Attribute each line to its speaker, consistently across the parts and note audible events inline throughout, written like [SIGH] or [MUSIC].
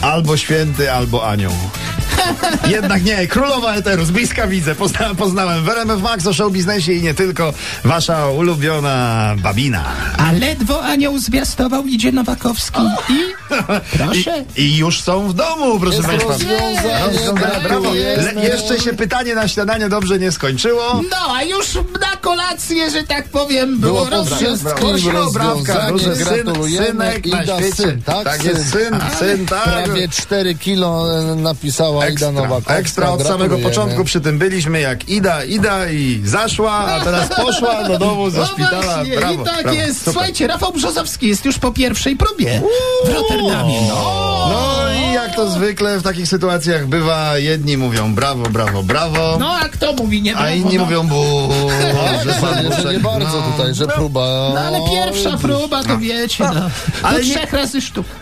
Speaker 1: Albo święty, albo anioł. Jednak nie, królowa eteru, z bliska widzę, pozna, poznałem w RMF Max o showbiznesie i nie tylko, wasza ulubiona babina.
Speaker 2: A ledwo anioł zwiastował, idzie Nowakowski [LAUGHS] i... Proszę.
Speaker 1: I, i już są w domu, proszę
Speaker 3: Jest
Speaker 1: państwa.
Speaker 3: rozwiązanie,
Speaker 1: Rozwiązane, brawo.
Speaker 3: gratulujemy.
Speaker 1: Le, jeszcze się pytanie na śniadanie dobrze nie skończyło.
Speaker 2: No, a już na kolację, że tak powiem, było, No
Speaker 3: Było
Speaker 2: rozwiązane.
Speaker 3: wszystko.
Speaker 1: Kośno obrawka,
Speaker 3: rozwiązanie,
Speaker 1: duży syn,
Speaker 3: gratulujemy.
Speaker 1: synek na
Speaker 3: Ida,
Speaker 1: świecie.
Speaker 3: syn, tak,
Speaker 1: jest,
Speaker 3: syn.
Speaker 1: syn, syn, tak.
Speaker 3: Prawie 4 kilo e, napisała
Speaker 1: Ekstra,
Speaker 3: Ida Nowakowska.
Speaker 1: ekstra od samego
Speaker 3: Gratulujemy.
Speaker 1: początku przy tym byliśmy jak Ida, Ida i zaszła, a teraz poszła do domu ze
Speaker 2: No
Speaker 1: szpitala.
Speaker 2: właśnie,
Speaker 1: Brawo,
Speaker 2: i tak
Speaker 1: brawo,
Speaker 2: jest.
Speaker 1: super.
Speaker 2: Słuchajcie, Rafał Brzozowski jest już po pierwszej próbie w Rotterdamie. No.
Speaker 1: No i jak to zwykle w takich sytuacjach bywa, jedni mówią brawo, brawo, brawo,
Speaker 2: no, a kto mówi nie
Speaker 1: a
Speaker 2: brawo,
Speaker 1: inni
Speaker 2: no.
Speaker 1: mówią bu, że pan
Speaker 3: Nie, że nie
Speaker 1: Buszek,
Speaker 3: No. bardzo
Speaker 1: no.
Speaker 3: tutaj, że próba...
Speaker 2: No ale pierwsza próba, to wiecie, no.
Speaker 1: Ale
Speaker 2: Ale
Speaker 1: nie-
Speaker 2: trzech razy sztuk. [LAUGHS]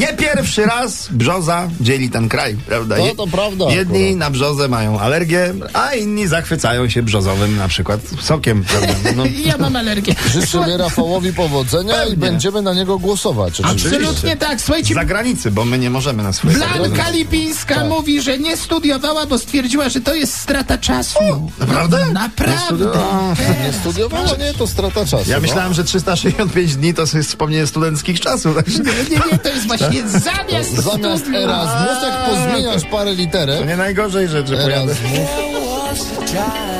Speaker 1: Nie pierwszy raz brzoza dzieli ten kraj, prawda?
Speaker 3: No,
Speaker 1: Je-
Speaker 3: to prawda
Speaker 1: Jedni
Speaker 3: akurat.
Speaker 1: na brzozę mają alergię, a inni zachwycają się brzozowym na przykład sokiem, prawda? No.
Speaker 2: Ja mam alergię.
Speaker 3: Życzymy Rafałowi powodzenia i
Speaker 1: Pewnie.
Speaker 3: będziemy na niego głosować. oczywiście.
Speaker 2: Absolutnie tak. Słuchajcie,
Speaker 1: Za granicy, bo my nie możemy na swoje
Speaker 2: Blanka Lipińska
Speaker 1: Tak.
Speaker 2: mówi, że nie studiowała, bo stwierdziła, że to jest strata czasu.
Speaker 1: Naprawdę? Nie
Speaker 2: Naprawdę.
Speaker 1: studiowała.
Speaker 3: Nie studiowało, nie, to strata czasu.
Speaker 1: Ja
Speaker 3: no.
Speaker 1: myślałem, że 365 dni to jest wspomnienie studenckich czasów. także
Speaker 2: Nie, nie, to jest
Speaker 1: [LAUGHS]
Speaker 2: właśnie zamiast,
Speaker 3: Zamiast
Speaker 2: studiów.
Speaker 3: Erasmus, jak pozmieniasz parę
Speaker 1: To
Speaker 3: literek,
Speaker 1: nie najgorzej rzeczy pojadę.
Speaker 3: Erasmus,
Speaker 4: There was a time